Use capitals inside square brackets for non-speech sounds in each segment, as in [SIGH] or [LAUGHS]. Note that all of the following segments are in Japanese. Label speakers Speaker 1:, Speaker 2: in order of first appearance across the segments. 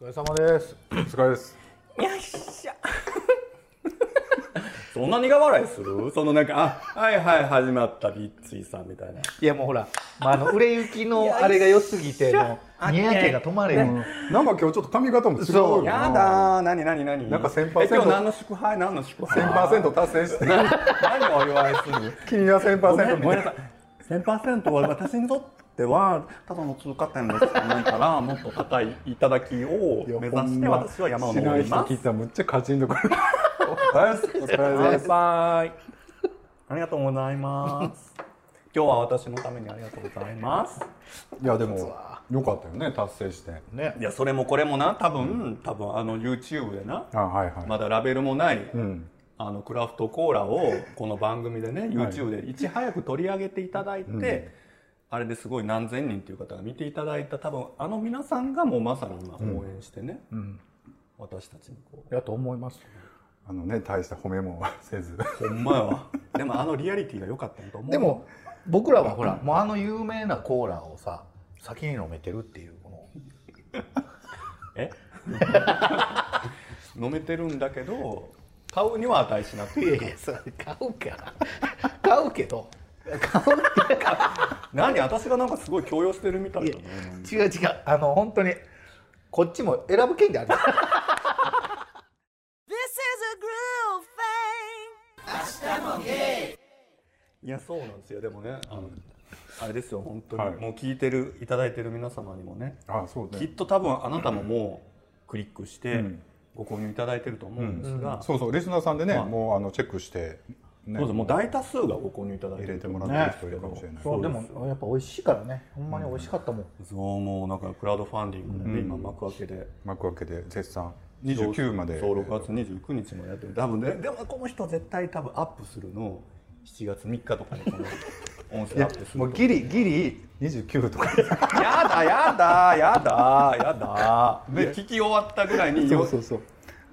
Speaker 1: お疲れ様です。
Speaker 2: お疲れです
Speaker 3: よっしゃそんな苦笑いするそのなんか「あはいはい始まったビッツイさん」みたいない
Speaker 1: やもうほら、まあ、あの売れ行きのあれが良すぎて、もう、にやけが止まれん。
Speaker 2: なんか今日ちょっと髪型も違うよ
Speaker 1: そう
Speaker 2: な
Speaker 3: やだー何何何
Speaker 2: なんか1000%
Speaker 3: え今日何の祝杯何の祝杯
Speaker 2: 1000%達成して
Speaker 3: 何何をお祝いする
Speaker 2: 君は
Speaker 3: ごめん
Speaker 2: 1000%
Speaker 3: ごめんなさい1000%は私にとってはただの通過点ですからもっと高い頂きを目指して私は山を登り
Speaker 2: しない
Speaker 3: ま
Speaker 2: 人聞い
Speaker 3: す
Speaker 2: たらむっちゃカチンとくるお疲れですお疲れです
Speaker 3: バイバイありがとうございます今日は私のためにありがとうございます
Speaker 2: いやでもよかったよね達成して
Speaker 1: ね
Speaker 3: い。やそれもこれもな多分多分あの YouTube でな
Speaker 2: あはいはい、
Speaker 3: まだラベルもない、
Speaker 2: うん
Speaker 3: あのクラフトコーラをこの番組でね YouTube でいち早く取り上げていただいて、あれですごい何千人という方が見ていただいた多分あの皆さんがもうまさに今応援してね、私たちにこ
Speaker 1: やと思います。
Speaker 2: あのね大した褒めもせ [LAUGHS] ず
Speaker 3: うほんまやわでもあのリアリティが良かったんやと思う
Speaker 1: でも僕らはほら、もうあの有名なコーラをさ、先に飲めてるっていうこ
Speaker 3: え飲めてるんだけど買うには値しなく
Speaker 1: の。い
Speaker 3: て
Speaker 1: やいや、それ買うから。買うけど。買うけど。
Speaker 3: 何私がなんかすごい強要してるみたいだね
Speaker 1: 違う違うあの本当にこっちも選ぶ権利ある
Speaker 4: This is a groove thing.
Speaker 3: いやそうなんですよでもねあのあれですよ本当に、
Speaker 2: はい
Speaker 3: もう聞いてるいただいてる皆様にもね
Speaker 2: あそう
Speaker 3: きっ
Speaker 2: ね
Speaker 3: と多分あなたももうクリックして
Speaker 2: ん
Speaker 3: ご購入いただいてると思うんですが、
Speaker 2: そうそうリスナーさんでね、
Speaker 3: はい
Speaker 2: もうあのチェックして、ね
Speaker 3: そうですもう大多数がご購入いただいて
Speaker 2: 入れ
Speaker 3: る
Speaker 2: てもらってる人いるかもしれない、
Speaker 1: そうでもやっぱ美味しいからねほんまに美味しかったもん、
Speaker 3: そうもうなんかクラウドファンディングで、今幕開けで
Speaker 2: 幕開けで絶賛29まで
Speaker 3: そう6月29日までやってる多分ねでもこの人絶対多分アップするの7月3日とかにこの音声アップする
Speaker 2: もうギリギリ29とか
Speaker 3: やだやだやだやだで聞き終わったぐらいに
Speaker 2: そうそうそう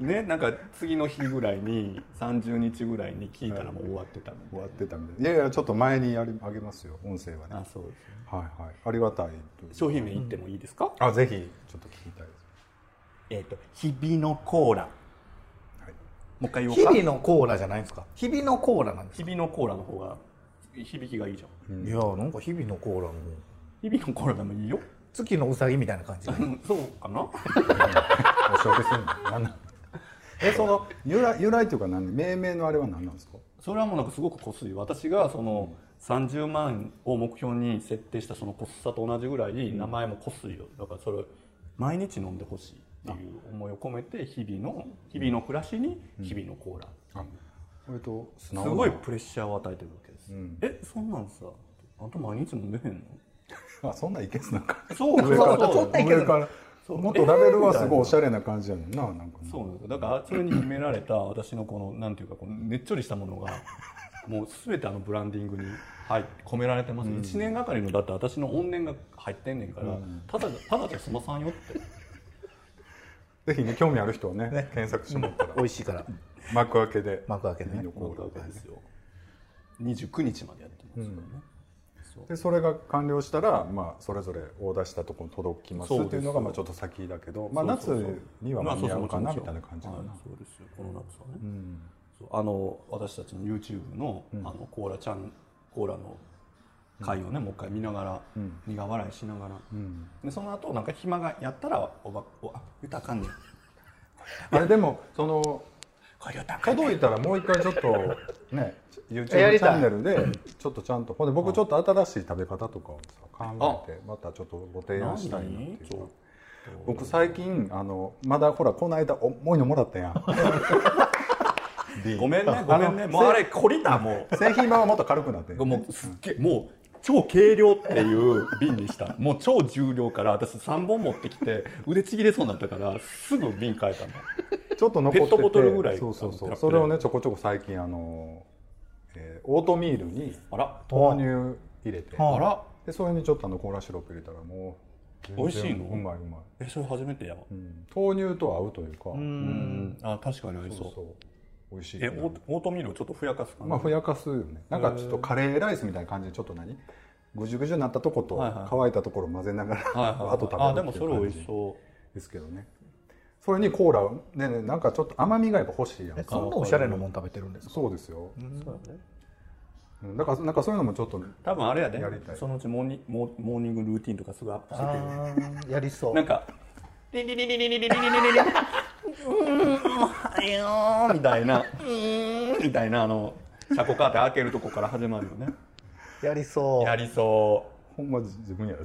Speaker 3: ねなんか次の日ぐらいに30日ぐらいに聞いたらもう終わってたの、
Speaker 2: 終わってたみたいないやいやちょっと前にやりあげますよ音声はね
Speaker 3: あそうですね
Speaker 2: はいはいありがたいという
Speaker 3: 商品名言ってもいいですか、
Speaker 2: あぜひちょっと聞きたいです
Speaker 3: えっ、と「日々のコーラ」もう一回言おう
Speaker 1: 日
Speaker 3: か
Speaker 1: 々のコーラじゃないんですか日々のコーラなんです
Speaker 3: 日々のコーラの方が響きがいいじゃん
Speaker 1: いやなんか日々のコーラの
Speaker 3: 日々のコーラでもいいよ
Speaker 1: 月のうさぎみたいな感じ
Speaker 3: うんそうかな
Speaker 2: お仕分けするの何なん
Speaker 3: えその
Speaker 2: 由来由来というか何命名のあれは何なんですか
Speaker 3: それはもうなんかすごくこすい私がその30万を目標に設定したそのこすさと同じぐらい名前もこすいよだからそれ毎日飲んでほしいっていう思いを込めて日々の日々の暮らしに日々のコーラ、
Speaker 2: あこれと素
Speaker 3: す
Speaker 2: 直
Speaker 3: ごい
Speaker 2: な
Speaker 3: プレッシャーを与えてるわけです、
Speaker 2: ん
Speaker 3: えそんなんさあんた毎日飲めへんの
Speaker 2: あそんないけすなんか
Speaker 3: そうそ
Speaker 1: そ
Speaker 3: う
Speaker 1: う
Speaker 3: そう
Speaker 1: そんないけす
Speaker 2: 上から
Speaker 3: そう
Speaker 2: もっとラベルはすごいおしゃれな感じやねんななんかね
Speaker 3: そうなんですよだからそれに秘められた私のこのなんていうかこのねっちょりしたものが [LAUGHS] もう全てあのブランディングに入って込められてます、一1年がかりのだって私の怨念が入ってんねんから、ただただじゃ済まさんよって
Speaker 2: [LAUGHS] ぜひね興味ある人はね検索してもらったら
Speaker 1: 美味しいから
Speaker 2: 幕開けで
Speaker 1: 幕開けでね
Speaker 3: 思ったわけですよ29日までやってますからね、
Speaker 2: でそれが完了したら、まあ、それぞれオーダーしたところに届きます
Speaker 3: そう
Speaker 2: っ
Speaker 3: です
Speaker 2: ていうのがまあちょっと先だけど、まあ、夏
Speaker 3: そうそうそう
Speaker 2: には間に合うか
Speaker 3: ま
Speaker 2: な
Speaker 3: あそ
Speaker 2: み
Speaker 3: うそう
Speaker 2: たいな感じかな、
Speaker 3: はいそうですよこの夏はね、そうあの私たちの YouTube の,、あのコーラちゃんコーラの回をね、もう一回見ながら、苦笑いしながら、でその後なんか暇がやったらおばおあ歌あかんねん
Speaker 2: あれでもその
Speaker 3: これ歌あかんねん
Speaker 2: 届いたらもう一回ちょっ
Speaker 3: [LAUGHS]
Speaker 2: とね YouTube チ
Speaker 1: やりたい
Speaker 2: ャンネルでちょっとちゃんとほんで僕ちょっと新しい食べ方とかをさ考えてまたちょっとご提案したいなっていうか
Speaker 3: 何
Speaker 2: 僕最近あのまだほらこの間重いのもらったやん B
Speaker 3: [LAUGHS] ごめんねごめんねもうあれこりだも
Speaker 2: 製品版はもっと軽くなってん
Speaker 3: うもうすっげえもう超軽量っていう瓶にしたもう超重量から私3本持ってきて腕ちぎれそうになったからすぐ瓶変えたの
Speaker 2: ちょっと残ってて
Speaker 3: ペットボトルぐらい
Speaker 2: そうそうそ
Speaker 3: あ
Speaker 2: う
Speaker 3: の
Speaker 2: それをねちょこちょこ最近あの、えーオートミールに
Speaker 3: あら
Speaker 2: 豆乳入れて
Speaker 1: はあ
Speaker 3: あら
Speaker 2: でそれにちょっとあのコーラシロップ入れたらもう
Speaker 3: 美味しいの
Speaker 2: うまいうまい、
Speaker 3: えそれ初めてやわ
Speaker 2: うん、豆乳と合うというか
Speaker 3: うんあ確かに合い
Speaker 2: そ
Speaker 3: そう
Speaker 2: うそう美味しい
Speaker 3: えオートオートミールをちょっとふやかす感じ、
Speaker 2: まあふやかすよねなんかちょっとカレーライスみたいな感じでちょっと何ぐじゅぐじゅになったとこと
Speaker 3: はいはい
Speaker 2: 乾いたところを混ぜながら、 [LAUGHS]
Speaker 3: はいはいはい
Speaker 2: あと食べる
Speaker 3: あでもそれ美味し
Speaker 2: う
Speaker 3: そ
Speaker 2: ですけどねそれにコーラねねなんかちょっと甘みがやっぱ欲しいやん
Speaker 1: え
Speaker 2: か
Speaker 1: そんなおしゃれなもん食べてるんですか
Speaker 2: そうですよ、
Speaker 3: そうだね
Speaker 2: うん、だからなんかそういうのもちょっと
Speaker 3: 多分あれやで
Speaker 2: やりたい
Speaker 3: そのうちモーニモーモーニングルーティンとかすぐアップしてく
Speaker 1: あ
Speaker 3: れる
Speaker 1: ーやりそう
Speaker 3: なんか、リリリリリリリリリリリリリうーん、おはようみたいな、うーんみたいな、あの、車庫カーテン開けるとこから始まるよね。
Speaker 1: やりそう
Speaker 3: やりそ
Speaker 2: ほんま自分やる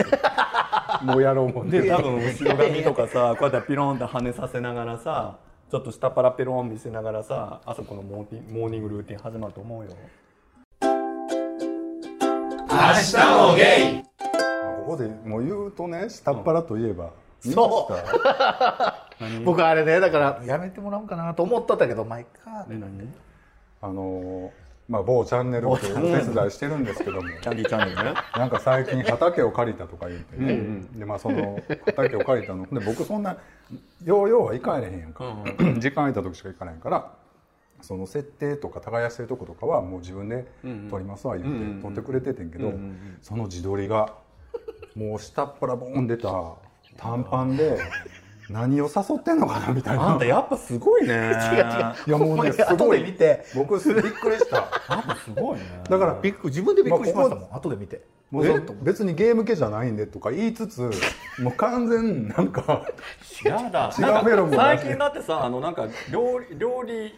Speaker 2: [LAUGHS] もうやろうも
Speaker 3: う。
Speaker 2: ん
Speaker 3: で、
Speaker 2: で
Speaker 3: 多分後ろ髪とかさ、こうやってピロンって跳ねさせながらさ、ちょっと下パラペロン見せながらさ、あそこのモーティモーニングルーティン始まると思うよ。
Speaker 2: ここでもう言うとね下っ腹といえば、見ま
Speaker 1: そ
Speaker 2: した
Speaker 1: 僕あれねだからやめてもらおうかなと思っとったけどまあいっか
Speaker 3: で、何
Speaker 2: あのーまあ、某チャンネルをお手伝いしてるんですけども
Speaker 3: キャンディーチャンネルね。
Speaker 2: なんか最近畑を借りたとか言ってね、でまあその畑を借りたので僕そんなようようは行かれへんやんか、 [CLEARS THROAT] 時間空いた時しか行かれへんからその設定とか耕してるとことかはもう自分で撮りますわ言って、撮ってくれててんけど、その自撮りがもう下っ腹ボーン出た短パンで何を誘ってんのかなみたい
Speaker 3: あ
Speaker 2: なん
Speaker 3: たやっぱすごいね。違う
Speaker 1: 違う違
Speaker 2: いやもうねす
Speaker 1: 後
Speaker 2: ご
Speaker 1: で
Speaker 2: い
Speaker 1: 見て
Speaker 2: 僕びっくりした
Speaker 3: すごいね。
Speaker 2: だから
Speaker 1: びっく自分でびっくりしましたもん後で見て
Speaker 2: もうそ別にゲーム系じゃないんでとか言いつつもう完全なんか
Speaker 3: やだ
Speaker 2: 違うフェロモンが
Speaker 3: 最近だってさあのなんか料理料理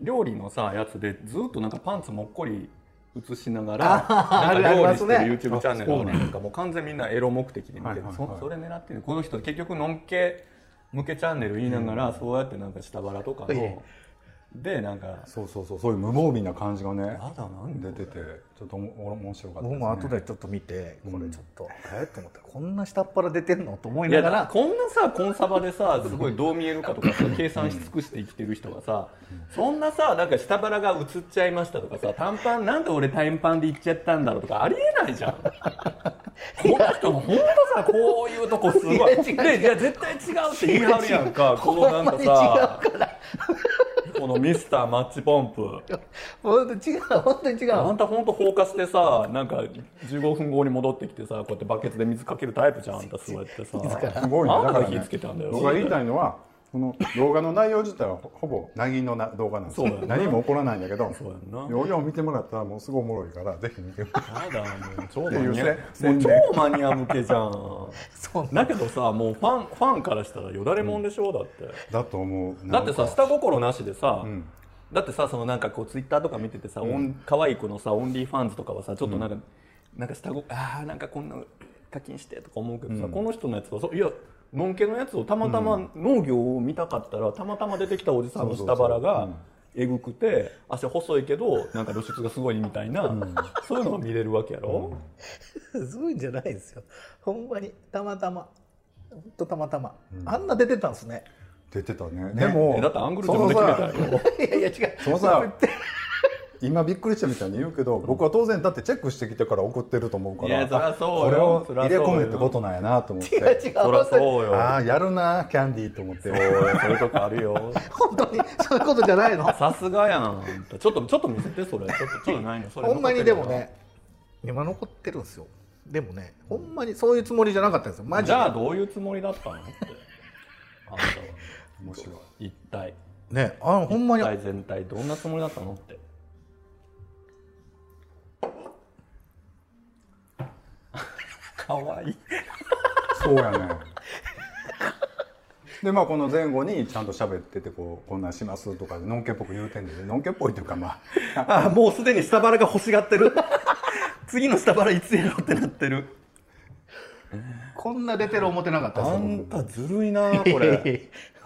Speaker 3: 料理のさやつでずっとなんかパンツもっこり映しながらなんか
Speaker 1: あり
Speaker 3: 料
Speaker 1: ま
Speaker 3: 理
Speaker 1: す
Speaker 3: して
Speaker 1: ね
Speaker 3: る YouTube チャンネル
Speaker 2: あそう
Speaker 3: を
Speaker 2: ね
Speaker 3: なんかもう完全にみんなエロ目的で見て
Speaker 2: はい
Speaker 3: る
Speaker 2: はいはい
Speaker 3: そそれ狙ってるこの人結局のんけ向けチャンネル言いながらそうやってなんか下腹とか
Speaker 1: いえ
Speaker 3: のでなんか
Speaker 2: そうそうそうそういう無防備な感じがね
Speaker 3: まだなんで
Speaker 2: 出ててちょっとおも面白かった
Speaker 1: 僕
Speaker 2: ね
Speaker 1: も後でちょっと見てこれちょっとえっと思ったこんな下っ腹出てんのと思い
Speaker 3: い
Speaker 1: な
Speaker 3: や
Speaker 1: が
Speaker 3: だから
Speaker 1: ら
Speaker 3: こんなさコンサバでさすごいどう見えるかとかさ計算し尽くして生きてる人がさそんなさなんか下腹が映っちゃいましたとかさ短パンなんで俺短パンで行っちゃったんだろうとかありえないじゃん。この人も本当さこういうとこすごい。
Speaker 1: いや違う違う
Speaker 3: でいや絶対違うって言いはるやんかこのなんかさこのミスターマッチポンプ。
Speaker 1: 本当に違う本当に違う
Speaker 3: あんた本当放火してさなんか15分後に戻ってきてさこうやってバケツで水かけるタイプじゃんあんたそうやってさ。
Speaker 2: すごいね
Speaker 3: あん
Speaker 2: だか
Speaker 3: たが
Speaker 2: ら、
Speaker 3: 火
Speaker 2: ね
Speaker 3: つ、けたんだよ。
Speaker 2: 僕が言いたいのはこの動画の内容自体はほほぼなぎのな動画なんですよ
Speaker 3: そうやな
Speaker 2: 何も起こらないんだけど
Speaker 3: そうやんな
Speaker 2: ようよう見てもらったらもうすごいおもろいからぜひ見てもらって
Speaker 3: やだもう超マ
Speaker 2: ていう
Speaker 3: ニア [LAUGHS]
Speaker 2: せ宣
Speaker 3: もう
Speaker 2: 伝
Speaker 3: 超マニア向けじゃん
Speaker 1: そう
Speaker 3: だけどさもうファンファンからしたらよだれもんでしょ、だって
Speaker 2: だと思う
Speaker 3: だってさ下心なしでさ、
Speaker 2: ん
Speaker 3: だってさそのなんかこうツイッターとか見ててさ、オン可愛い子のさオンリーファンズとかはさちょっとなんか、なんか下心ああなんかこんな課金してとか思うけどさ、この人のやつはそういやのんけのやつをたまたま農業を見たかったら、たまたま出てきたおじさんの下腹がえぐくて足細いけどなんか露出がすごいみたいな、そういうのが見れるわけやろ、
Speaker 1: すごいんじゃないですよほんまにたまたまほんとたまたまあんな出てたんですね
Speaker 2: 出てたねでも
Speaker 3: えだってアングル自分で決めたやろ
Speaker 1: いやいや違う
Speaker 2: そのさ今びっくりしたみたいに言うけど僕は当然だってチェックしてきてから送ってると思うから
Speaker 3: いやそりゃそ
Speaker 2: こ
Speaker 3: うよ
Speaker 2: れを
Speaker 3: そりゃ
Speaker 2: 入
Speaker 3: そう
Speaker 2: れ
Speaker 3: よ
Speaker 2: 込めってことなんやなと思って
Speaker 1: 違う違う
Speaker 3: そりゃ
Speaker 1: 本当に
Speaker 3: そうよ
Speaker 2: ああやるなキャンディーと思って
Speaker 3: そういうとこあるよ
Speaker 1: 本当にそういうことじゃない
Speaker 3: [LAUGHS]
Speaker 1: の
Speaker 3: さすがやんちょっとちょっと見せてそれちょっとちょっとないのそれ
Speaker 1: ほんまにでもね今残ってるんですよでもねほんまにそういうつもりじゃなかったんですよマジ
Speaker 3: じ
Speaker 1: で
Speaker 3: ゃあどういうつもりだったのってあんたは
Speaker 2: 面白い
Speaker 3: 一体
Speaker 1: ねあのほんま
Speaker 3: 一
Speaker 1: に
Speaker 3: 体全体どんなつもりだったのってかわいい
Speaker 2: そうやねでまあこの前後にちゃんと喋っててこうこんなんしますとかでのんけっぽく言うてんねんけどのんけっぽいっていうかまあ
Speaker 3: ああもうすでに下腹が欲しがってる次の下腹いつやろうってなってる
Speaker 1: こんな出てる思ってなかったです
Speaker 3: あ
Speaker 1: よ
Speaker 3: ん
Speaker 1: 僕
Speaker 3: たずるいな
Speaker 1: [LAUGHS]
Speaker 3: これ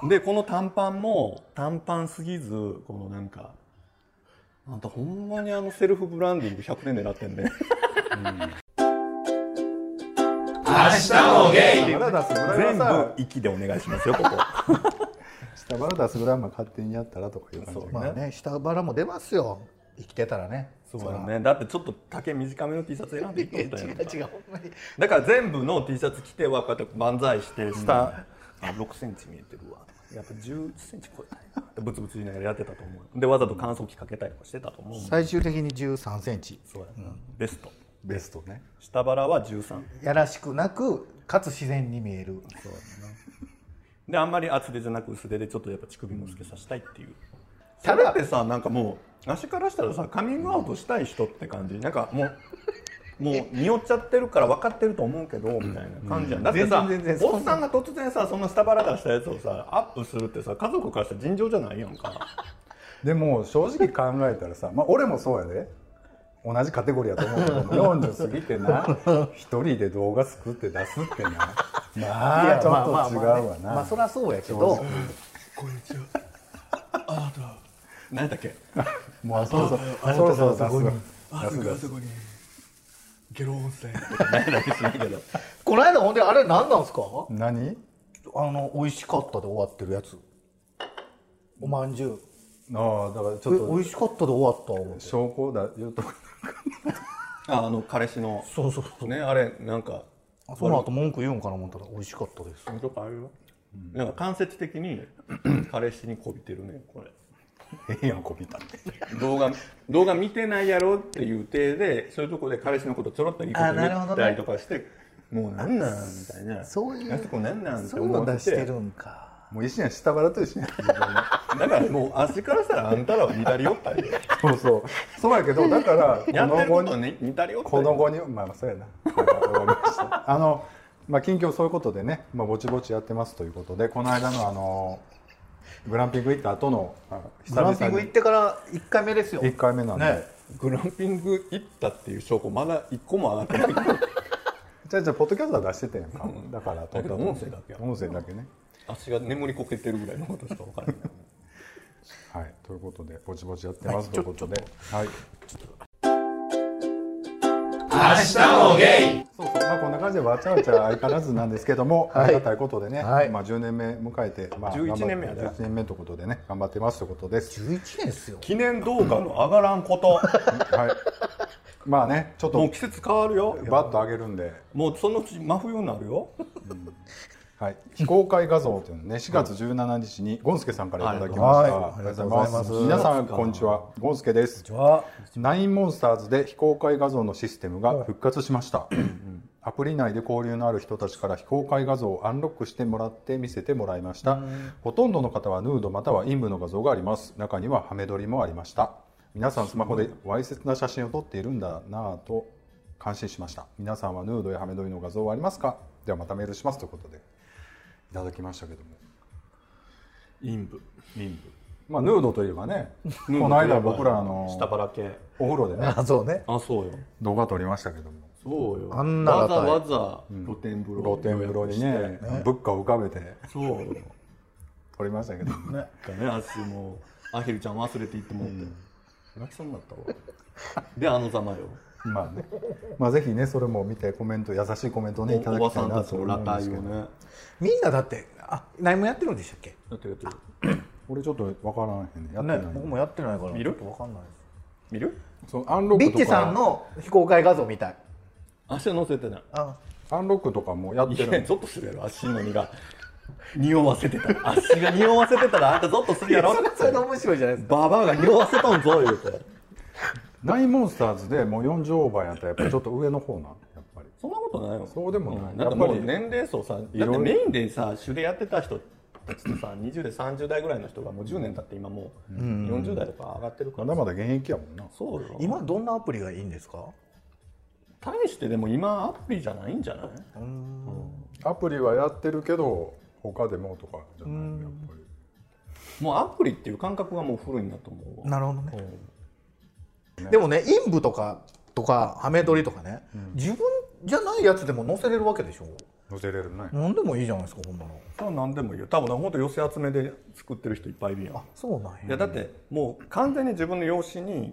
Speaker 3: でこの短パンも短パンすぎずこのなんかあんたほんまにあのセルフブランディング100点狙ってんね
Speaker 2: 腹出すぐらい
Speaker 3: 全
Speaker 2: はさ
Speaker 3: 部息でお願いしますよここ
Speaker 2: 下腹出すぐらいは勝手にやったらとかいう感じ
Speaker 3: そう
Speaker 1: まあね下腹も出ますよ生きてたらね
Speaker 3: そうだねだってちょっと丈短めの T シャツ選んでいっ
Speaker 1: [LAUGHS] いや
Speaker 3: て
Speaker 1: 違
Speaker 3: た
Speaker 1: う
Speaker 3: やん
Speaker 1: 違うほんまに
Speaker 3: だから全部の T シャツ着てはこうやって万歳して下、あ6センチ見えてるわやっぱ1 0センチ超えたいなってブツブツ言いながらやってたと思うでわざと乾燥機かけたりとかしてたと思う
Speaker 1: 最終的に1 3ンチ
Speaker 3: そうやなベスト
Speaker 2: ベストね
Speaker 3: 下腹は13
Speaker 1: やらしくなくかつ自然に見える
Speaker 3: であんまり厚手じゃなく薄手でちょっとやっぱ乳首もつけさせたいっていう。ただってさなんかもう足からしたらさカミングアウトしたい人って感じなんかもう。もう匂っちゃってるから分かってると思うけどみたいな感じやんだってさ
Speaker 1: 全然全然
Speaker 3: おっさんが突然さそんなスタバラダしたやつをさアップするってさ家族からしたら尋常じゃないやんか
Speaker 2: でも正直考えたらさ、まあ、俺もそうやで同じカテゴリーやと思うけども40過ぎてな一人で動画作って出すってなまあちょっと違うわ
Speaker 1: まあまあ
Speaker 2: な
Speaker 1: そりゃそうやけど
Speaker 3: [LAUGHS] 何だっ [LAUGHS] け
Speaker 2: もうそろそろそろそろ出すわ出す出す
Speaker 1: この間ほんであれ何なんですか
Speaker 2: 何
Speaker 1: あの美味しかったで終わってるやつおまんじゅう
Speaker 2: ああだから
Speaker 1: え
Speaker 2: ちょっと
Speaker 1: 美味しかったで終わった思って
Speaker 2: 証拠だ言うと
Speaker 3: ああの彼氏の
Speaker 1: そうそうそう
Speaker 3: ねあれなんか
Speaker 1: その後文句言うんかな思ったら美味しかったです
Speaker 3: とかあるよなんか間接的に彼氏にこびてるねこれ
Speaker 2: ええやんこびたって
Speaker 3: 動画動画見てないやろっていう体でそういうとこで彼氏のことちょろっといいこと
Speaker 1: あなるほ
Speaker 3: 言っ
Speaker 1: どね
Speaker 3: たりとかして、もうなんなんみたいな
Speaker 1: そういう
Speaker 3: あそこなんなんって
Speaker 1: そういう
Speaker 3: 思
Speaker 1: の
Speaker 3: って
Speaker 1: 出してるんか
Speaker 2: もう石やん下腹と石やん
Speaker 3: だからもう足からしたらあんたらは似たり
Speaker 1: [LAUGHS]
Speaker 3: よったりよ
Speaker 2: そうそうそうやけどだから
Speaker 3: やってる
Speaker 2: 後
Speaker 3: こ
Speaker 2: に
Speaker 3: とね似たりよったり
Speaker 2: この後にまあそうやなわかりましたあのまあ近況そういうことでね、まあ、ぼちぼちやってますということでこの間のあのグランピング行った後のあ久
Speaker 1: グランピング行っ
Speaker 2: に
Speaker 1: てから1回目ですよ
Speaker 2: 1回目なんで、
Speaker 1: ね
Speaker 3: グランピング行ったっていう証拠まだ一個も上がってない
Speaker 1: [LAUGHS]
Speaker 2: じゃあじゃあポッドキャストは出してたやんか、だから
Speaker 3: けど音声だけや
Speaker 2: 音声だけね
Speaker 3: 足が眠りこけてるぐらいのことしか分からない
Speaker 2: はいということでぼちぼちやってますということで、はい、そうそうまあこんな感じでわちゃわちゃ相変わらずなんですけども、
Speaker 1: はい
Speaker 2: ありがたいことでね、
Speaker 1: はい
Speaker 2: まあ10年目迎えて、まあ、
Speaker 3: 11年目や
Speaker 2: や
Speaker 3: ね
Speaker 2: 11年目ということでね頑張ってますということです
Speaker 1: 11年ですよ
Speaker 3: 記念動画の上がらんこと
Speaker 1: [LAUGHS]
Speaker 2: はいまあねちょっ
Speaker 3: もう
Speaker 2: と
Speaker 3: 季節変わるよ
Speaker 2: バッと上げるんで
Speaker 3: もうそのうち真冬にな
Speaker 1: [LAUGHS]
Speaker 3: るよ
Speaker 2: はい、非公開画像というのね、4月17日にゴンスケさんからいただきました。
Speaker 1: はい
Speaker 2: ありがとうございます。皆さんこんにちは、ゴンスケです。
Speaker 1: は
Speaker 2: ナインモンスターズで非公開画像のシステムが復活しました。うんアプリ内で交流のある人たちから非公開画像をアンロックしてもらって見せてもらいました。ほとんどの方はヌードまたは陰部の画像があります。中にはハメ撮りもありました。皆さんスマホでわいせつな写真を撮っているんだなぁと感心しました。皆さんはヌードやハメ撮りの画像はありますかではまたメールしますということでいただきましたけども。
Speaker 3: 陰部陰部
Speaker 2: ま [LAUGHS] あヌードといえばね、この間僕らあの
Speaker 3: 下腹系
Speaker 2: お風呂でね
Speaker 1: あ [LAUGHS] そうね
Speaker 3: あそうよ
Speaker 2: 動画撮りましたけども。
Speaker 3: そうよ
Speaker 1: あんな
Speaker 3: わ
Speaker 1: が
Speaker 3: ざ
Speaker 1: たい
Speaker 3: わざ露天風
Speaker 2: 露
Speaker 3: 呂
Speaker 2: 天風呂にね物価を浮かべて
Speaker 3: そうよ
Speaker 2: 撮りましたけど
Speaker 3: ねね足もうアヒルちゃん忘れていってもって泣きそうになったわであのざまよ
Speaker 2: まあねまあぜひねそれも見てコメント優しいコメントをねいた
Speaker 3: お
Speaker 2: だ
Speaker 3: ば
Speaker 2: き
Speaker 3: さ
Speaker 2: たい
Speaker 3: ん
Speaker 2: な
Speaker 3: た
Speaker 2: と
Speaker 3: ち
Speaker 2: 思
Speaker 3: の
Speaker 2: うん
Speaker 3: 裸
Speaker 2: です
Speaker 3: 体
Speaker 2: け
Speaker 3: を
Speaker 2: ど
Speaker 3: ね
Speaker 1: みんなだってあ何もやってるんでしたっけ
Speaker 3: やってるやってる
Speaker 2: 俺ちょっとわからんへんねやってな
Speaker 1: ね
Speaker 2: い
Speaker 1: 僕もやってないから
Speaker 3: 見る
Speaker 1: ちょっとわかんないです
Speaker 3: 見る
Speaker 2: そうアンロッ
Speaker 1: リ
Speaker 2: ク
Speaker 1: ッチ
Speaker 2: と
Speaker 1: さん
Speaker 2: か
Speaker 1: の非公開画像みたい
Speaker 3: 足は乗せてない
Speaker 1: あ
Speaker 2: アンロックとかもやっ
Speaker 3: い
Speaker 2: て
Speaker 3: や
Speaker 2: る
Speaker 3: ゾッとするやろ足の荷が匂わせてたら足が匂わせてたらあんたゾッとするやろ
Speaker 1: それそれが面白いじゃないですか
Speaker 3: ババアが匂わせとんぞ言うて
Speaker 2: ナインモンスターズでもう40オーバーやったらやっぱりちょっと上の方なんやっぱり
Speaker 3: そんなことないよ
Speaker 2: そうでもない
Speaker 3: んだっても
Speaker 2: やっ
Speaker 3: う
Speaker 2: ぱり
Speaker 3: 年齢層さだっ
Speaker 2: いろい
Speaker 3: て
Speaker 2: ろ
Speaker 3: メインでさ主でやってた人たちとさ20代30代ぐらいの人がもう10年経って今もう40代とか上がってるか
Speaker 2: まだま
Speaker 3: ら
Speaker 2: だ現役やもんな
Speaker 3: そうよ
Speaker 1: 今どんなアプリがいいんですか
Speaker 3: 対してでも今アプリじゃないんじゃない
Speaker 2: アプリはやってるけど他でもとかじゃないのやっぱり
Speaker 3: もうアプリっていう感覚がもう古いんだと思うわ
Speaker 1: なるほどねでもね陰部とかとかハメ撮りとかね、自分じゃないやつでも載せれるわけでしょ
Speaker 2: 載せれるね
Speaker 1: 何でもいいじゃないですかこんなの
Speaker 3: それは何でもいいよ多分なほんと寄せ集めで作ってる人いっぱいいるやん
Speaker 1: そうなん
Speaker 3: いやだってもう完全に自分の容姿に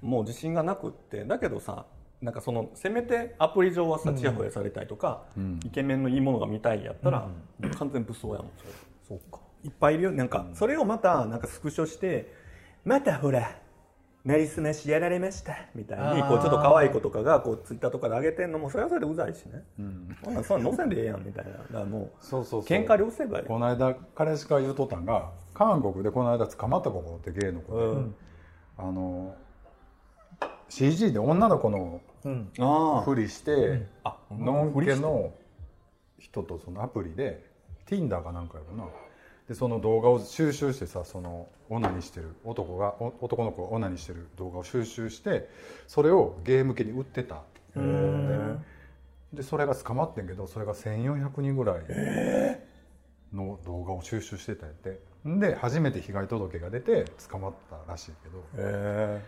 Speaker 3: もう自信がなくってだけどさなんかそのせめてアプリ上はさちやほやされたいとか、イケメンのいいものが見たいやったら、もう完全武装やもんそれ
Speaker 1: そうか
Speaker 3: いっぱいいるよなんかそれをまたなんかスクショして「またほらなりすましやられました」みたいに
Speaker 1: あー
Speaker 3: こうちょっと可愛い子とかがこうツイッターとかで上げてんのもそれはそれでうざいしね、そんなんそんなん載せんでええやんみたいなだからもう
Speaker 2: そうそうそう
Speaker 3: 喧嘩両成敗
Speaker 2: この間彼氏が言うとったんが韓国でこの間捕まった子がおって芸の子で、
Speaker 3: うん
Speaker 2: あの CG で女の子の
Speaker 1: うん
Speaker 3: あ
Speaker 2: ふりして、
Speaker 3: あ
Speaker 2: ノンケの人とそのアプリで Tinder かなんかやろなでその動画を収集してさそのオナニーしてる男がお男の子がオナニーしてる動画を収集してそれをゲーム機に売ってたでそれが捕まってんけどそれが1400人ぐらいの動画を収集してたんやってで初めて被害届が出て捕まったらしいけど、
Speaker 3: え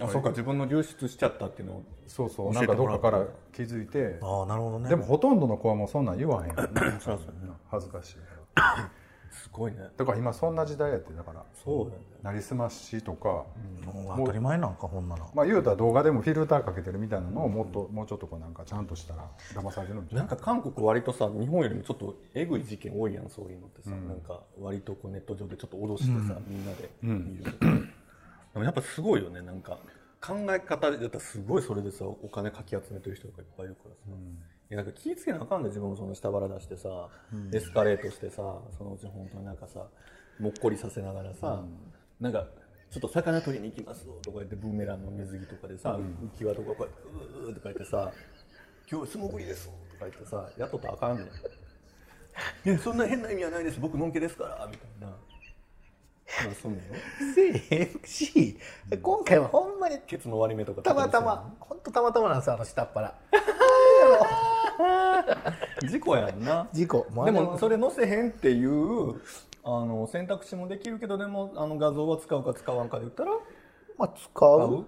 Speaker 3: あそうか自分の流出しちゃったっていうのを
Speaker 2: そうそ
Speaker 3: 教
Speaker 2: う
Speaker 3: え
Speaker 2: なん
Speaker 3: て
Speaker 2: か
Speaker 3: も
Speaker 2: ど
Speaker 3: ら
Speaker 2: っ
Speaker 3: った
Speaker 2: かから気づいて
Speaker 1: ああなるほどね
Speaker 2: でもほとんどの子はもうそんなん言わへんよね恥ずかしいから
Speaker 3: すごいね
Speaker 2: だから今そんな時代やってだから
Speaker 3: そうだね
Speaker 2: なりすましとか、
Speaker 1: もう当たり前なんかほんなの
Speaker 2: まあ言うたら動画でもフィルターかけてるみたいなのをもっと、もうちょっとこうなんかちゃんとしたら騙されるみたい
Speaker 3: なん
Speaker 2: な
Speaker 3: か韓国割とさ日本よりもちょっとえぐい事件多いやんそういうのってさ、なんか割とこうネット上でちょっと脅してさ、みんなで見る、でもやっぱすごいよねなんか考え方だったらすごいそれでさお金かき集めてる人がいっぱいいるからさ、いやなんか気ぃつけなあかんで、自分もその下腹出してさ、エスカレートしてさそのうち本当になんかさもっこりさせながらさ、なんかちょっと魚取りに行きますとか言ってブーメランの水着とかでさ、浮き輪とかこうやって「うー」とか言ってさ今日素潜りですとか言ってさやっとったらあかんねんいやそんな変な意味はないです僕のんけですからみたいななんかそんなの
Speaker 1: せえへんし今回はほんまに
Speaker 3: ケツの割り目とか
Speaker 1: たまたま本当たまたまなんですよあの下っ腹
Speaker 3: 事故やんな
Speaker 1: [LAUGHS] 事故もうあ
Speaker 3: で
Speaker 1: れは
Speaker 3: もそれ載せへんっていうあの選択肢もできるけどでもあの画像は使うか使わんかで言ったら
Speaker 1: まあ使
Speaker 3: 合
Speaker 1: う
Speaker 3: う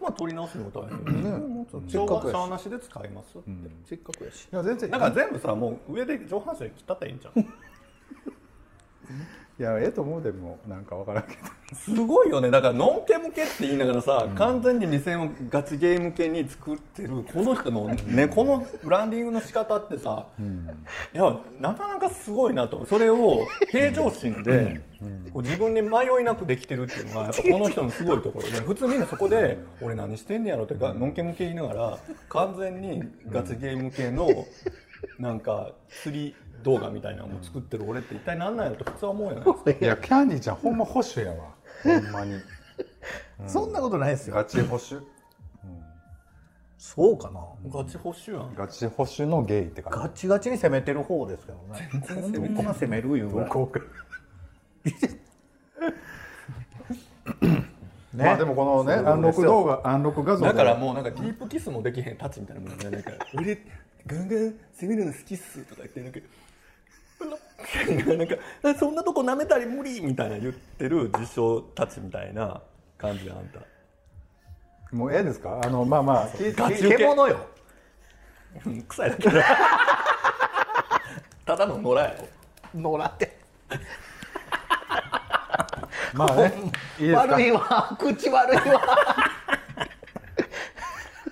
Speaker 3: まあ取り直すのも大変よねもうちょっとしょうがしゃあなしで使いますって
Speaker 1: せっかくやし
Speaker 2: いや全然
Speaker 3: なんか全部さもう上で上半身切ったったらいいんじゃん
Speaker 2: いやええと思うでもなんかわからんけど
Speaker 3: すごいよねだからのんけ向けって言いながらさ、完全に2000をガチゲーム系に作ってるこの人の [LAUGHS] ねこのブランディングの仕方ってさ、いやなかなかすごいなとそれを平常心で、こう自分に迷いなくできてるっていうのがやっぱこの人のすごいところで普通みんなそこで「俺何してんねやろ」ってかのんけ向け言いながら完全にガチゲーム系のなんか釣り動画みたいなのを作ってる俺って一体何なんやろって普通は思うやないですか
Speaker 2: いやキャンディーちゃんほんま保守やわほんまに
Speaker 1: そんなことないですよ
Speaker 2: ガチ保守
Speaker 1: そうかな
Speaker 3: ガチ保守やん
Speaker 2: ガチ保守のゲイって感
Speaker 1: ガチガチに攻めてる方ですけどねこんな攻めるいう
Speaker 2: じ
Speaker 1: ぐらい
Speaker 2: こか
Speaker 1: ね
Speaker 2: [LAUGHS] まあでもこのね
Speaker 1: そう
Speaker 2: 安
Speaker 1: ですよ
Speaker 2: 録動画安録画像
Speaker 3: だからもうなんかディープキスもできへんたちみたいなもんねなん [LAUGHS] か俺ガンガン攻めるの好きっすとか言ってなんかうんなんかそんなとこ舐めたり無理みたいな言ってる自称たちみたいな感じやあんた
Speaker 2: もうええですかあのまあまあ聞いて
Speaker 3: ガチ受け
Speaker 1: 獣よ
Speaker 3: うん臭いだけだただの野良やろ
Speaker 1: 野良って
Speaker 2: まあねいいですか
Speaker 1: 悪いわ口悪いわ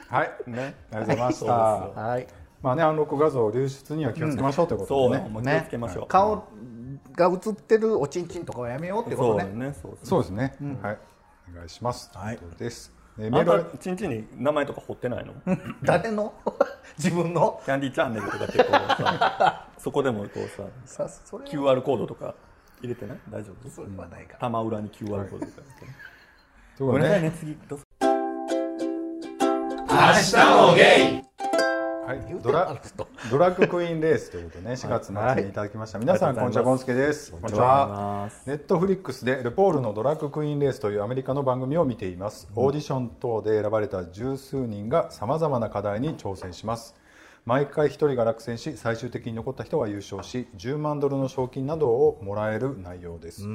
Speaker 2: はいねありがとうございまし
Speaker 3: そう
Speaker 2: た
Speaker 1: はい
Speaker 2: まあね安録画像流出には気をつけましょうということ
Speaker 3: そう
Speaker 2: で
Speaker 3: ね
Speaker 2: ね
Speaker 3: もう気をつけましょう、
Speaker 1: 顔が映ってるおちんちんとかはやめようってこ
Speaker 3: そ
Speaker 1: と
Speaker 3: うだ
Speaker 1: ね
Speaker 3: ねそうですね
Speaker 2: そうですね。はい。お願いします。
Speaker 1: はい
Speaker 2: とうことです。えーメー
Speaker 3: あん
Speaker 2: ルは
Speaker 3: たちんちんに名前とか彫ってないの
Speaker 1: 誰の自分の
Speaker 3: キャンディーチャンネルとかってこうさそこでもこう
Speaker 1: さ
Speaker 3: さ
Speaker 1: それは
Speaker 3: QR コードとか入れてない大丈夫
Speaker 1: それはないか
Speaker 3: 玉裏に QR コードとか入れてね
Speaker 2: という
Speaker 3: ご
Speaker 2: ことで
Speaker 3: めんなさい
Speaker 2: ね。
Speaker 3: ね次どうぞ
Speaker 2: はい。ドラドラッグクイーンレースということでね、4月末にいただきました。皆さんこんにちはゴンスケです。こんにちは。ネットフリックスでルポールのドラッグクイーンレースというアメリカの番組を見ています。オーディション等で選ばれた十数人がさまざまな課題に挑戦します。毎回一人が落選し最終的に残った人が優勝し10万ドルの賞金などをもらえる内容です、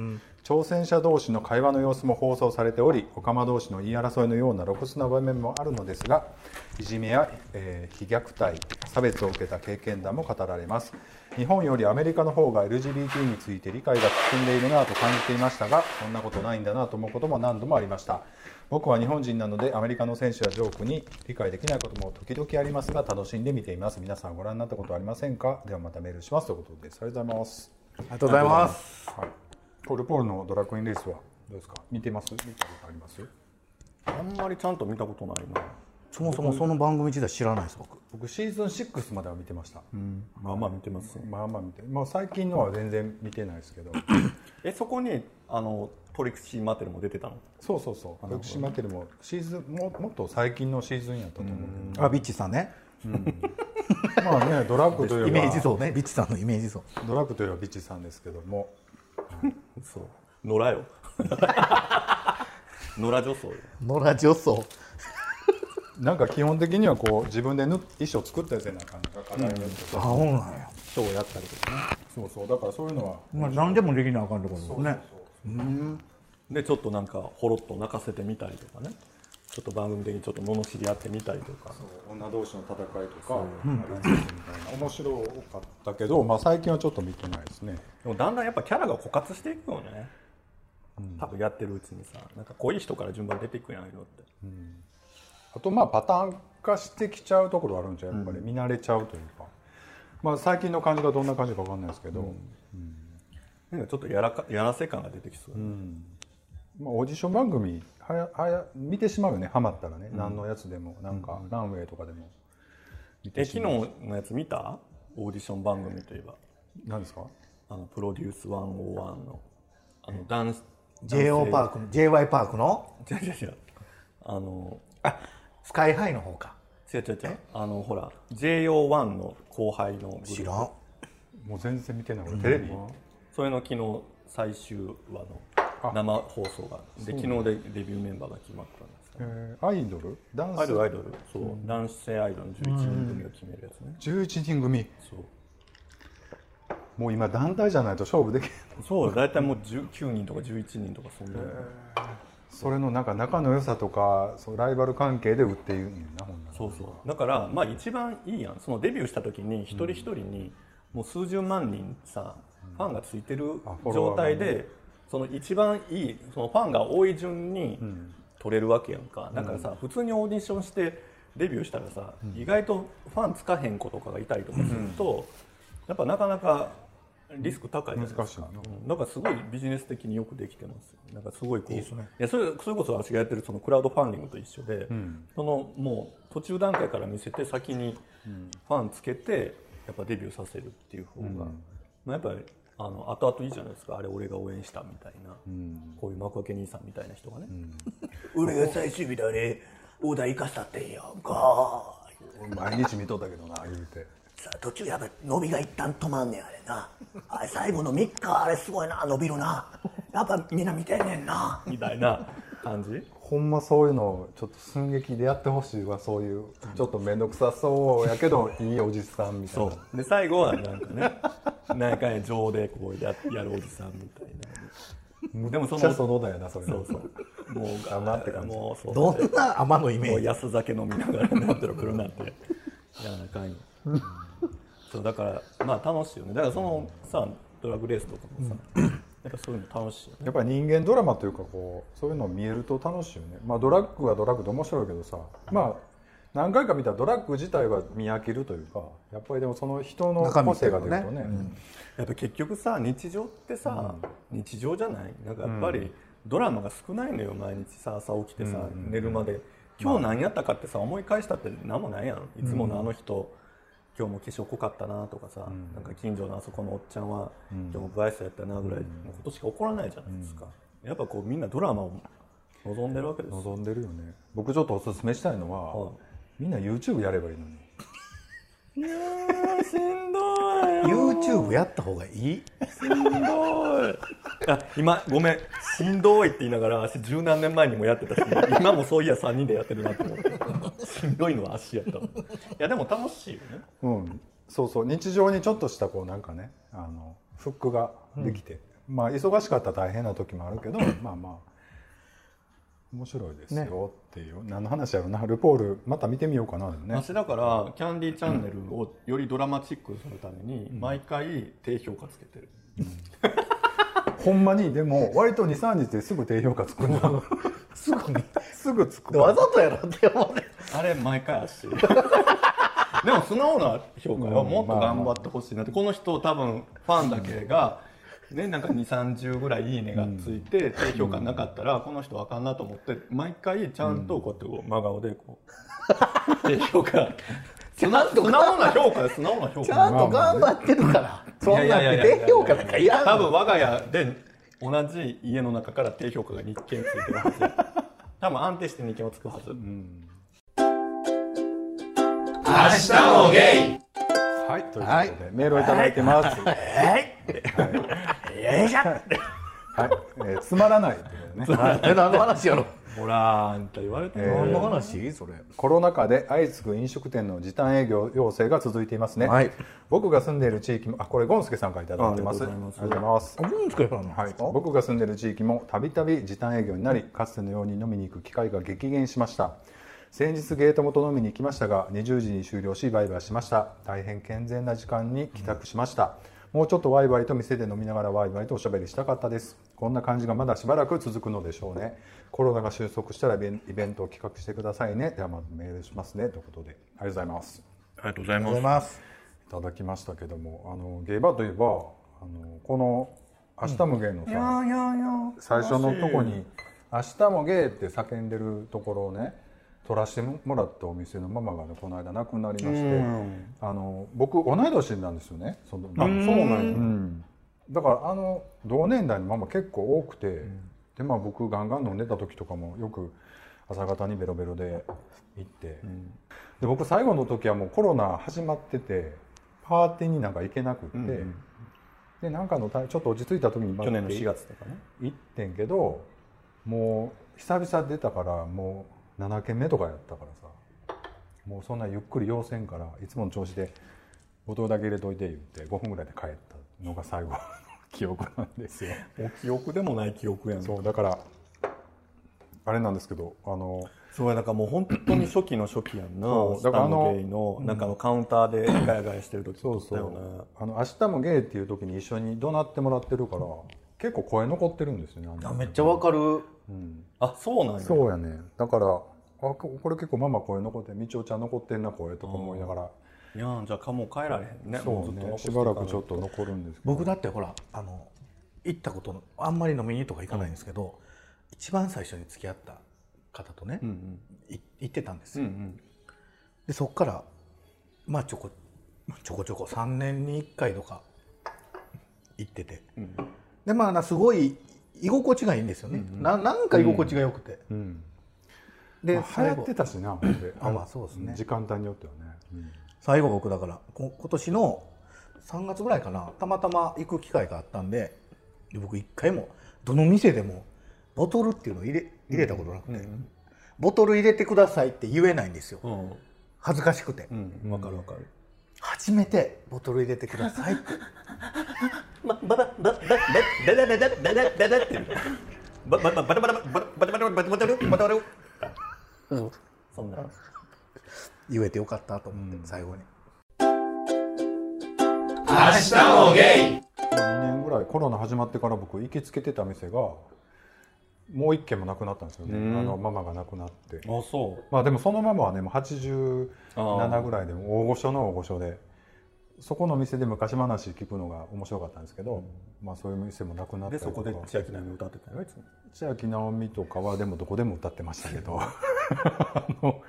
Speaker 2: 挑戦者同士の会話の様子も放送されておりオカマ同士の言い争いのような露骨な場面もあるのですがいじめや、えー被虐待差別を受けた経験談も語られます日本よりアメリカの方が LGBT について理解が進んでいるなぁと感じていましたがそんなことないんだなぁと思うことも何度もありました僕は日本人なのでアメリカの選手やジョークに理解できないことも時々ありますが楽しんで見ています皆さんご覧になったことありませんかではまたメールしますということですありがとうございます
Speaker 1: ありがとうございます
Speaker 2: はいポール・ポールのドラクインレースはどうですか見てます見たことあります
Speaker 3: あんまりちゃんと見たことないな
Speaker 1: そもそもその番組自体知らないです僕
Speaker 2: 僕シーズン6までは見てました、
Speaker 3: まあまあ見てます
Speaker 2: まあまあ見て、まあ、最近のは全然見てないですけど
Speaker 3: えそこにあのトリクシー・マテルも出てたの
Speaker 2: そうそうそう福島テルもシーズンももっと最近のシーズンやったと思うけど、
Speaker 1: あビッチさんね
Speaker 2: まあねドラッグといえば
Speaker 1: イメージ像ねビッチさんのイメージ像
Speaker 2: ドラッグといえばビッチさんですけども
Speaker 3: そう野良よ [LAUGHS] 野良女装よ
Speaker 1: 野良女装
Speaker 2: なんか基本的にはこう自分で縫っ衣装作ったやつやな感じが課題ですけど、
Speaker 1: あそうなんや
Speaker 3: ショーやったりとかね
Speaker 2: そうそうだからそういうのは
Speaker 1: まあ何でもできなあかんってことですね
Speaker 3: でちょっとなんかほろっと泣かせてみたりとかねちょっと番組的にちょっと罵り合ってみたりとか
Speaker 2: 女同士の戦いとか、なんか面白かったけど、まあ、最近はちょっと見てないですね
Speaker 3: でもだんだんやっぱキャラが枯渇していくよね、多分やってるうちにさなんか濃い人から順番に出ていくやん色って、
Speaker 2: あとまあパターン化してきちゃうところあるんじゃうやっぱり見慣れちゃうというか、まあ、最近の感じがどんな感じか分かんないですけど、
Speaker 3: なんかちょっとやらかやらせ感が出てきそう、
Speaker 2: まあ、オーディション番組はやはや見てしまうよねハマったらね、何のやつでもなんか、ランウェイとかでも見
Speaker 3: え
Speaker 2: てし
Speaker 3: 昨日
Speaker 2: まう
Speaker 3: のやつ見たオーディション番組といえば
Speaker 2: 何ですか
Speaker 3: あのプロデュース101のあのダンス
Speaker 1: JO パークの JY パークの
Speaker 3: ク違う違う違うあの
Speaker 1: スカイハイの方か
Speaker 3: 違う違う違うあのほら JO1 の後輩のグループ
Speaker 1: 知らん
Speaker 2: もう全然見てない俺テレビ、
Speaker 3: それの昨日最終話の生放送があってで昨日でデビューメンバーが決まったんですけど
Speaker 2: えーアイドルダンス
Speaker 3: アイドルアイドルそう、男性アイドルの11人組を決めるやつね、
Speaker 2: 11人組
Speaker 3: そう
Speaker 2: もう今団体じゃないと勝負できない
Speaker 3: そう大体もう19人とか11人とかそんな、
Speaker 2: それのなんか仲の良さとかそうライバル関係で売っているんなほんなら
Speaker 3: そうそうだからまあ一番いいやんそのデビューした時に一人一人にもう数十万人さ、ファンがついてる
Speaker 2: あフォロ
Speaker 3: 状
Speaker 2: ワーがね
Speaker 3: 態でその一番いいそのファンが多い順に取れるわけやんか、だからさ普通にオーディションしてデビューしたらさ、意外とファンつかへん子とかがいたりとかすると、やっぱなかなかリスク高いじゃないですか
Speaker 2: 難しいな
Speaker 3: うんなんかすごいビジネス的によくできてますよなんかすごいこういやそれそれこそ私がやってるそのクラウドファンディングと一緒で、そのもう途中段階から見せて先にファンつけてやっぱデビューさせるっていう方が、まあ、やっぱりあの後々いいじゃないですかあれ俺が応援したみたいな、こういう幕開け兄さんみたいな人がね、俺が最終日だね大田生かしたってんやんか
Speaker 2: 毎日見とったけどな言うて
Speaker 5: さあ途中やっぱ伸びが一旦止まんねんあれなあれ最後の3日あれすごいな伸びるなやっぱみんな見てんねんな
Speaker 3: みたいな感じ
Speaker 2: ほんまそういうのをちょっと寸劇でやってほしいわそういうちょっと面倒くさ [LAUGHS] そうやけどいいおじさんみたいな
Speaker 3: そうで最後はなんかね何回情でこうややるおじさんみたいなでもそ
Speaker 2: め
Speaker 3: の
Speaker 2: っちゃそのだよなそれ
Speaker 3: そうそうもう
Speaker 2: だなって感じ
Speaker 3: もうそう
Speaker 1: どんな天のイメ
Speaker 3: も
Speaker 1: ー [LAUGHS]
Speaker 3: う
Speaker 1: ジ
Speaker 3: 安酒飲みながらなんと来る [LAUGHS] なんてやらなあかんよそうだからまあ楽しいよねだからそのさドラッグレースとかもさ、やっぱそういうの楽しいよね
Speaker 2: やっぱり人間ドラマというかこうそういうのを見えると楽しいよねまあドラッグはドラッグで面白いけどさまあ何回か見たらドラッグ自体は見飽きるというかやっぱりでもその人の
Speaker 1: 中身
Speaker 2: 個
Speaker 1: ってい
Speaker 2: 性
Speaker 1: うか
Speaker 2: が
Speaker 1: ね
Speaker 2: 出るとね
Speaker 3: やっぱ結局さ日常ってさ、日常じゃないなんかやっぱりドラマが少ないのよ毎日さ朝起きてさ、寝るまで今日何やったかってさ思い返したって何もないやんいつものあの人、今日も化粧濃かったなとかさ、なんか近所のあそこのおっちゃんは、今日も不愛想やったなぐらいのことしか起こらないじゃないですか、やっぱこうみんなドラマを望んでるわけですよ
Speaker 2: 望んでるよね僕ちょっとおすすめしたいの
Speaker 3: はい
Speaker 2: はみんな YouTube やればいいのに
Speaker 1: YouTube やった方がいい
Speaker 3: しんどい [LAUGHS] あ今ごめんしんどいって言いながら足十何年前にもやってたし今もそういや3人でやってるなと思ってしんどいのは足やったわいやでも楽しいよね
Speaker 2: うん、そうそう日常にちょっとしたこうなんかねあのフックができて、まあ忙しかったら大変な時もある [LAUGHS] けどまあまあ面白いですよっていう、何の話やろうなルポールまた見てみようかなでもね
Speaker 3: 私だからキャンディーチャンネルをよりドラマチックにするために毎回低評価つけてる、
Speaker 2: ほんまにでも割と23日ですぐ低評価つくんだ
Speaker 1: すぐに
Speaker 2: [LAUGHS] すぐつ
Speaker 1: [LAUGHS]
Speaker 2: く
Speaker 1: わざとやろって思って
Speaker 3: あれ毎
Speaker 1: [LAUGHS]
Speaker 3: 回足でも素直な評価はもっと頑張ってほしいなって、この人多分ファンだけが、ね、なんか2 3 0ぐらい「いいね」がついて低評価なかったら、この人あかんなと思って毎回ちゃんとこうやってこう真顔でこう [LAUGHS] 低評価素直素直な評価よ素直な評
Speaker 1: ちゃ
Speaker 3: 価
Speaker 1: んと頑張ってるからそん
Speaker 3: い
Speaker 1: な
Speaker 3: やいや
Speaker 1: ん
Speaker 3: いやいや
Speaker 1: て低評価なんかいらん
Speaker 3: 多分我が家で同じ家の中から低評価が2件ついてる
Speaker 1: [LAUGHS]
Speaker 3: はず多分安定して2件はつくはず、
Speaker 2: はい、ということで、メールをいただいてます。はい、
Speaker 5: ええじゃ
Speaker 2: えーつまらないってことでね。
Speaker 1: え何の話やろ
Speaker 3: ほらーんって言われて
Speaker 1: 何の話それ
Speaker 2: コロナ禍で相次ぐ飲食店の時短営業要請が続いていますね。
Speaker 1: はい
Speaker 2: 僕が住んでいる地域も、あ、これゴンスケさんからいただいてます。あ
Speaker 3: あ
Speaker 2: り
Speaker 3: り
Speaker 2: が
Speaker 3: が
Speaker 2: と
Speaker 3: と
Speaker 2: うご
Speaker 3: うご
Speaker 2: ざい
Speaker 3: ざいます
Speaker 2: ます。
Speaker 1: あ文助さんの
Speaker 2: はい、僕が住んでいる地域もたびたび時短営業になりかつてのように飲みに行く機会が激減しました先日ゲート元飲みに行きましたが20時に終了しバイバイしました大変健全な時間に帰宅しました、もうちょっとワイワイと店で飲みながらワイワイとおしゃべりしたかったですこんな感じがまだしばらく続くのでしょうねコロナが収束したらイベンイベントを企画してくださいねではまずメールしますねということでありがとうございます
Speaker 3: ありがとうござい
Speaker 1: ご
Speaker 3: ま
Speaker 1: ざいます
Speaker 2: いただきましたけどもあのゲイバーといえばあのこの「明日無芸」のさ、最初のとこに「明日もゲイ」って叫んでるところをね取らせてもらったお店のママがねこの間亡くなりましてあの僕同い年なんですよねその
Speaker 3: あそうなんや
Speaker 2: だからあの同年代のママ結構多くて、でまあ僕ガンガン飲んでた時とかもよく朝方にベロベロで行って、で僕最後の時はもうコロナ始まっててパーティーになんか行けなくって、でなんかのタイちょっと落ち着いた時に
Speaker 3: 去年の4月とかね
Speaker 2: 行ってんけどもう久々出たからもう7軒目とかやったからさもうそんなゆっくり要せんからいつもの調子で「ボトルだけ入れといて」言って5分ぐらいで帰ったのが最後の [LAUGHS] 記憶なんですよ
Speaker 3: もう記憶でもない記憶やん
Speaker 2: そうだからあれなんですけどあの
Speaker 3: そうやなんかもう本当に初期の初期やんな
Speaker 2: そうだ
Speaker 3: だ
Speaker 2: か
Speaker 3: からら
Speaker 2: あ
Speaker 3: あ
Speaker 2: の
Speaker 3: のゲイのなんかあのカウンターでガヤガヤしてる時
Speaker 2: そう
Speaker 3: だ
Speaker 2: そ
Speaker 3: よね
Speaker 2: うあの明日もゲイっていう時に一緒に怒鳴ってもらってるから結構声残ってるんですよねあの
Speaker 1: めっちゃわかる
Speaker 3: あそうなんや
Speaker 2: そうやねだからあここれ結構ママ声残ってみちおちゃん残ってんな声とか思いながら
Speaker 3: いやんじゃあかもう帰られへんね
Speaker 2: そう
Speaker 3: も
Speaker 2: ね
Speaker 3: うず
Speaker 2: し
Speaker 3: っと
Speaker 2: ば
Speaker 3: 残
Speaker 2: らく
Speaker 3: して
Speaker 2: ちょっと残るんですけど
Speaker 1: 僕だってほらあの行ったことのあんまり飲みにとか行かないんですけど、一番最初に付き合った方とね、い行ってたんですよ、でそっからまあちょこちょこちょこ3年に1回とか行ってて、でまあなすごい居心地がいいんですよね、ななんか居心地が良くて、で、
Speaker 2: まあ流行って
Speaker 1: た
Speaker 2: たしなほんで
Speaker 1: あまあそうですね
Speaker 2: 時間帯によってはね、うん
Speaker 1: 最後僕だからこ今年の3月ぐらいかなたまたま行く機会があったんでで僕一回もどの店でもボトルっていうのを入れ入れたことなくて、ボトル入れてくださいって言えないんですよ恥ずかしくて、
Speaker 3: うんわかるわかる
Speaker 1: 初めてボトル入れてくださいって [LAUGHS]
Speaker 5: ま、ばばばばばばばばばばばばって
Speaker 3: ババババラバラバラバラバラバラバラバラバラバラ
Speaker 5: そんな
Speaker 1: 言えてよかったと思って、最後に
Speaker 2: 2年ぐらいコロナ始まってから僕行きつけてた店がもう1軒もなくなったんですよね、あのママが亡くなって
Speaker 3: あそう
Speaker 2: まあでもそのママはねもう87ぐらいでも大御所の大御所でそこの店で昔話聞くのが面白かったんですけど、まあそういう店もなくなった
Speaker 3: で
Speaker 2: りと
Speaker 3: そ
Speaker 2: か
Speaker 3: こで千秋奈美歌ってたよいつも
Speaker 2: 千秋直美とかはでもどこでも歌ってましたけどあの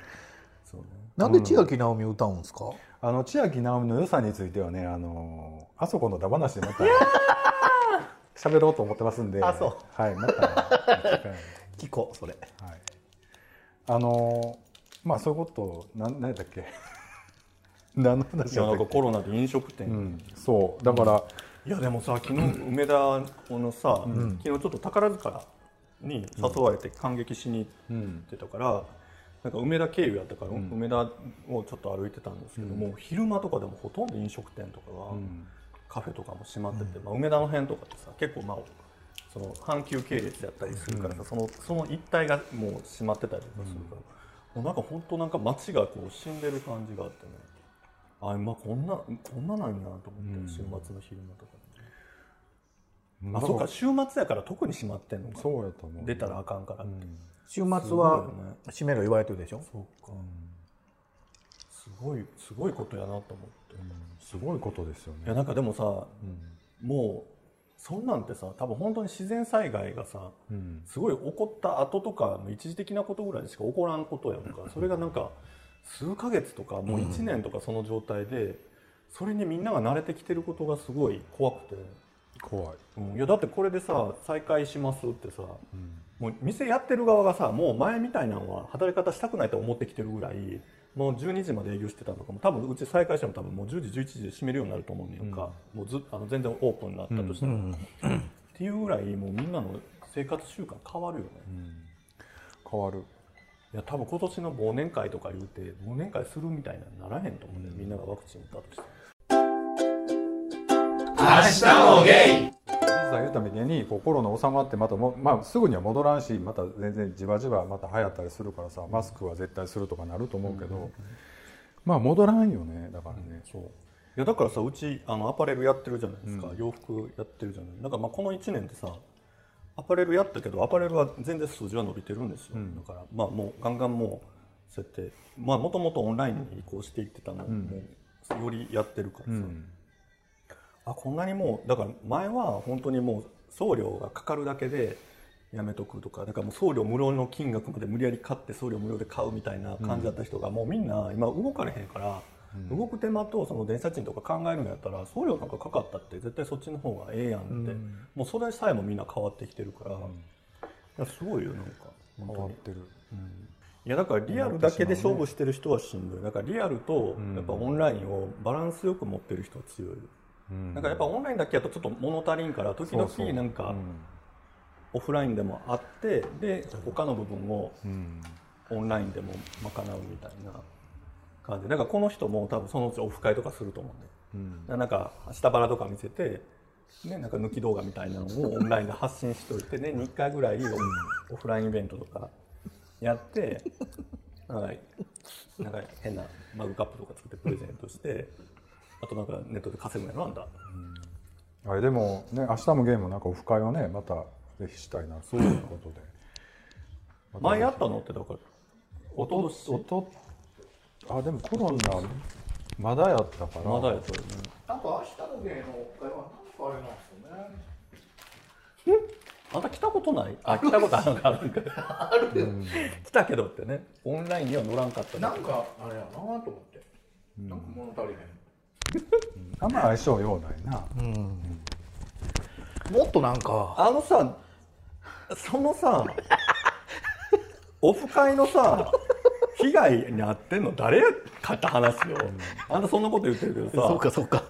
Speaker 1: なんで千秋直美歌うんですか、
Speaker 2: [LAUGHS] あの千秋直美の良さについてはねあのあそこのダバなしでまた喋ろうと思ってますんで
Speaker 1: あそ
Speaker 2: はいまた
Speaker 1: 聞こうそれ
Speaker 2: はい、あのーまあそういうことなん何だっけ [LAUGHS] 何の話
Speaker 3: いや
Speaker 2: だっ
Speaker 3: なん
Speaker 2: た
Speaker 3: か
Speaker 2: っけ
Speaker 3: コロナで飲食店、
Speaker 2: うん、そうだから、
Speaker 3: いやでもさ昨日梅田このさ、昨日ちょっと宝塚に誘われて感激しに行ってたから、なんか梅田経由やったから、梅田をちょっと歩いてたんですけども、昼間とかでもほとんど飲食店とかが、カフェとかも閉まってて、まあ、梅田の辺とかってさ結構まあその阪急系列やったりするからさ、そのその一帯がもう閉まってたりとかするから、もうなんか本当なんか街がこう死んでる感じがあってねあ今こんなこんななんやと思って、週末の昼間とかに。
Speaker 2: ま
Speaker 3: あ
Speaker 2: あ
Speaker 3: そっか週末やから特に閉まってんのか
Speaker 2: そうやと思う
Speaker 3: 出たらあかんからって、
Speaker 1: 週末
Speaker 3: すごいよ
Speaker 1: は
Speaker 3: ね
Speaker 1: 閉めろ言われてるでしょ
Speaker 3: そうかすごいすごいことやなと思って、い
Speaker 2: すごいことですよ
Speaker 3: や
Speaker 2: ね
Speaker 3: なんかでもさ、もうそんなんてさ多分本当に自然災害がさ、すごい起こった後とかの一時的なことぐらいでしか起こらんことやん [LAUGHS] かそれがなんか数ヶ月とかもう1年とかその状態で、それにみんなが慣れてきてることがすごい怖くて。
Speaker 2: 怖い
Speaker 3: うん、いやだってこれでさ再開しますってさ、もう店やってる側がさもう前みたいなのは働き方したくないと思ってきてるぐらいもう12時まで営業してたのかも多分うち再開しても多分もう10時11時で閉めるようになると思うんやんか、もうずあの全然オープンになったとしたら、っていうぐらいもうみんなの生活習慣変わるよね、
Speaker 2: 変わる
Speaker 3: いや多分今年の忘年会とか言うて忘年会するみたいにならへんと思うんだよ、みんながワクチン打ったとして
Speaker 2: さん言ったみたいにこうコロナ収まってまたも、まあ、すぐには戻らんしまた全然じわじわまた流行ったりするからさマスクは絶対するとかなると思うけど、まあ戻らんよねだからね、
Speaker 3: そういやだからさうちあのアパレルやってるじゃないですか、洋服やってるじゃないなんかまあこの1年でさアパレルやったけどアパレルは全然数字は伸びてるんですよ、だからまあもうガンガンもうそうやってまあもともとオンラインに移行していってたのを、もうよりやってるからさ、あこんなにもうだから前は本当にもう送料がかかるだけでやめとくとかだからもう送料無料の金額まで無理やり買って送料無料で買うみたいな感じだった人が、もうみんな今動かれへんから、動く手間とその電車賃とか考えるんやったら送料なんかかかったって絶対そっちの方がええやんって、もうそれさえもみんな変わってきてるから、いやすごいよなんか本当
Speaker 2: 変わっ
Speaker 3: に
Speaker 2: てる
Speaker 3: いやだからリアルだけで勝負してる人はしんどいだからリアルとやっぱオンラインをバランスよく持ってる人は強い、なんかやっぱオンラインだけやとちょっと物足りんから時々なんかオフラインでもあってで他の部分をオンラインでも賄うみたいな感じだからこの人も多分そのうちオフ会とかすると思うんで、だからなんか下腹とか見せて、ね、なんか抜き動画みたいなのをオンラインで発信しておいて年に1回ぐらいオオフラインイベントとかやってなんかなんか変なマグカップとか作ってプレゼントしてあとなんかネットで稼ぐのやろあんだ
Speaker 2: あれでもね明日もゲームなんかオフ会をねまたぜひしたいなということで
Speaker 3: 前やったのってだからおととし
Speaker 2: おとあでもコロナまだやったから
Speaker 3: まだやったよね
Speaker 6: なんか明日の芸能会はなんかあれなんですよね。
Speaker 3: あんた来たことないあ来たことあるのかあるんか来たけどってねオンラインには乗らんかった
Speaker 6: なんかあれやなと思って。なんか物足りへん。
Speaker 2: あんま相性ようないな、
Speaker 1: もっとなんか
Speaker 3: あのさ、そのさ、オフ会のさ、被害に遭ってんの誰やかって話よ。あんたそんなこと言ってるけどさ、
Speaker 1: そうかそうか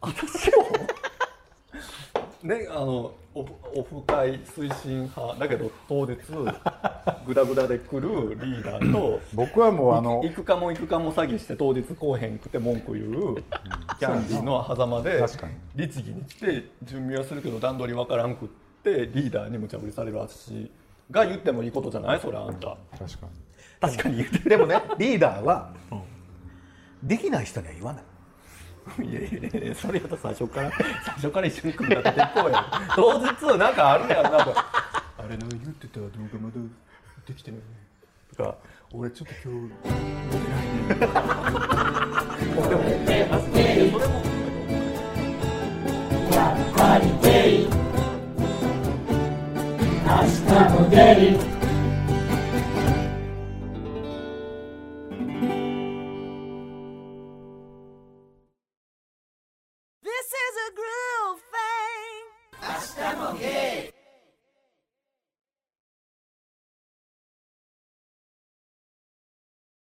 Speaker 3: 私を、ね、あの、オフオフ会推進派、だけど当日、グダグダで来るリーダーと、
Speaker 2: 僕はもうあの
Speaker 3: 行くかも行くかも詐欺して当日来へんくて文句言うキャンディーの狭間で
Speaker 2: 確かに
Speaker 3: 律儀に来て準備はするけど段取りわからんくってリーダーに無茶ぶりされる私が言ってもいいことじゃないそれあんた
Speaker 2: 確かに
Speaker 3: 確かに言うて
Speaker 1: でもねリーダーは、できない人には言わない
Speaker 3: いやいやいやそれやったら最初から [LAUGHS] 最初から一緒に組み立てていこうよ当日なんかあるやんなんかあれの言ってた動画まだできてないねとか俺ちょっと今日
Speaker 4: This is a groove thing.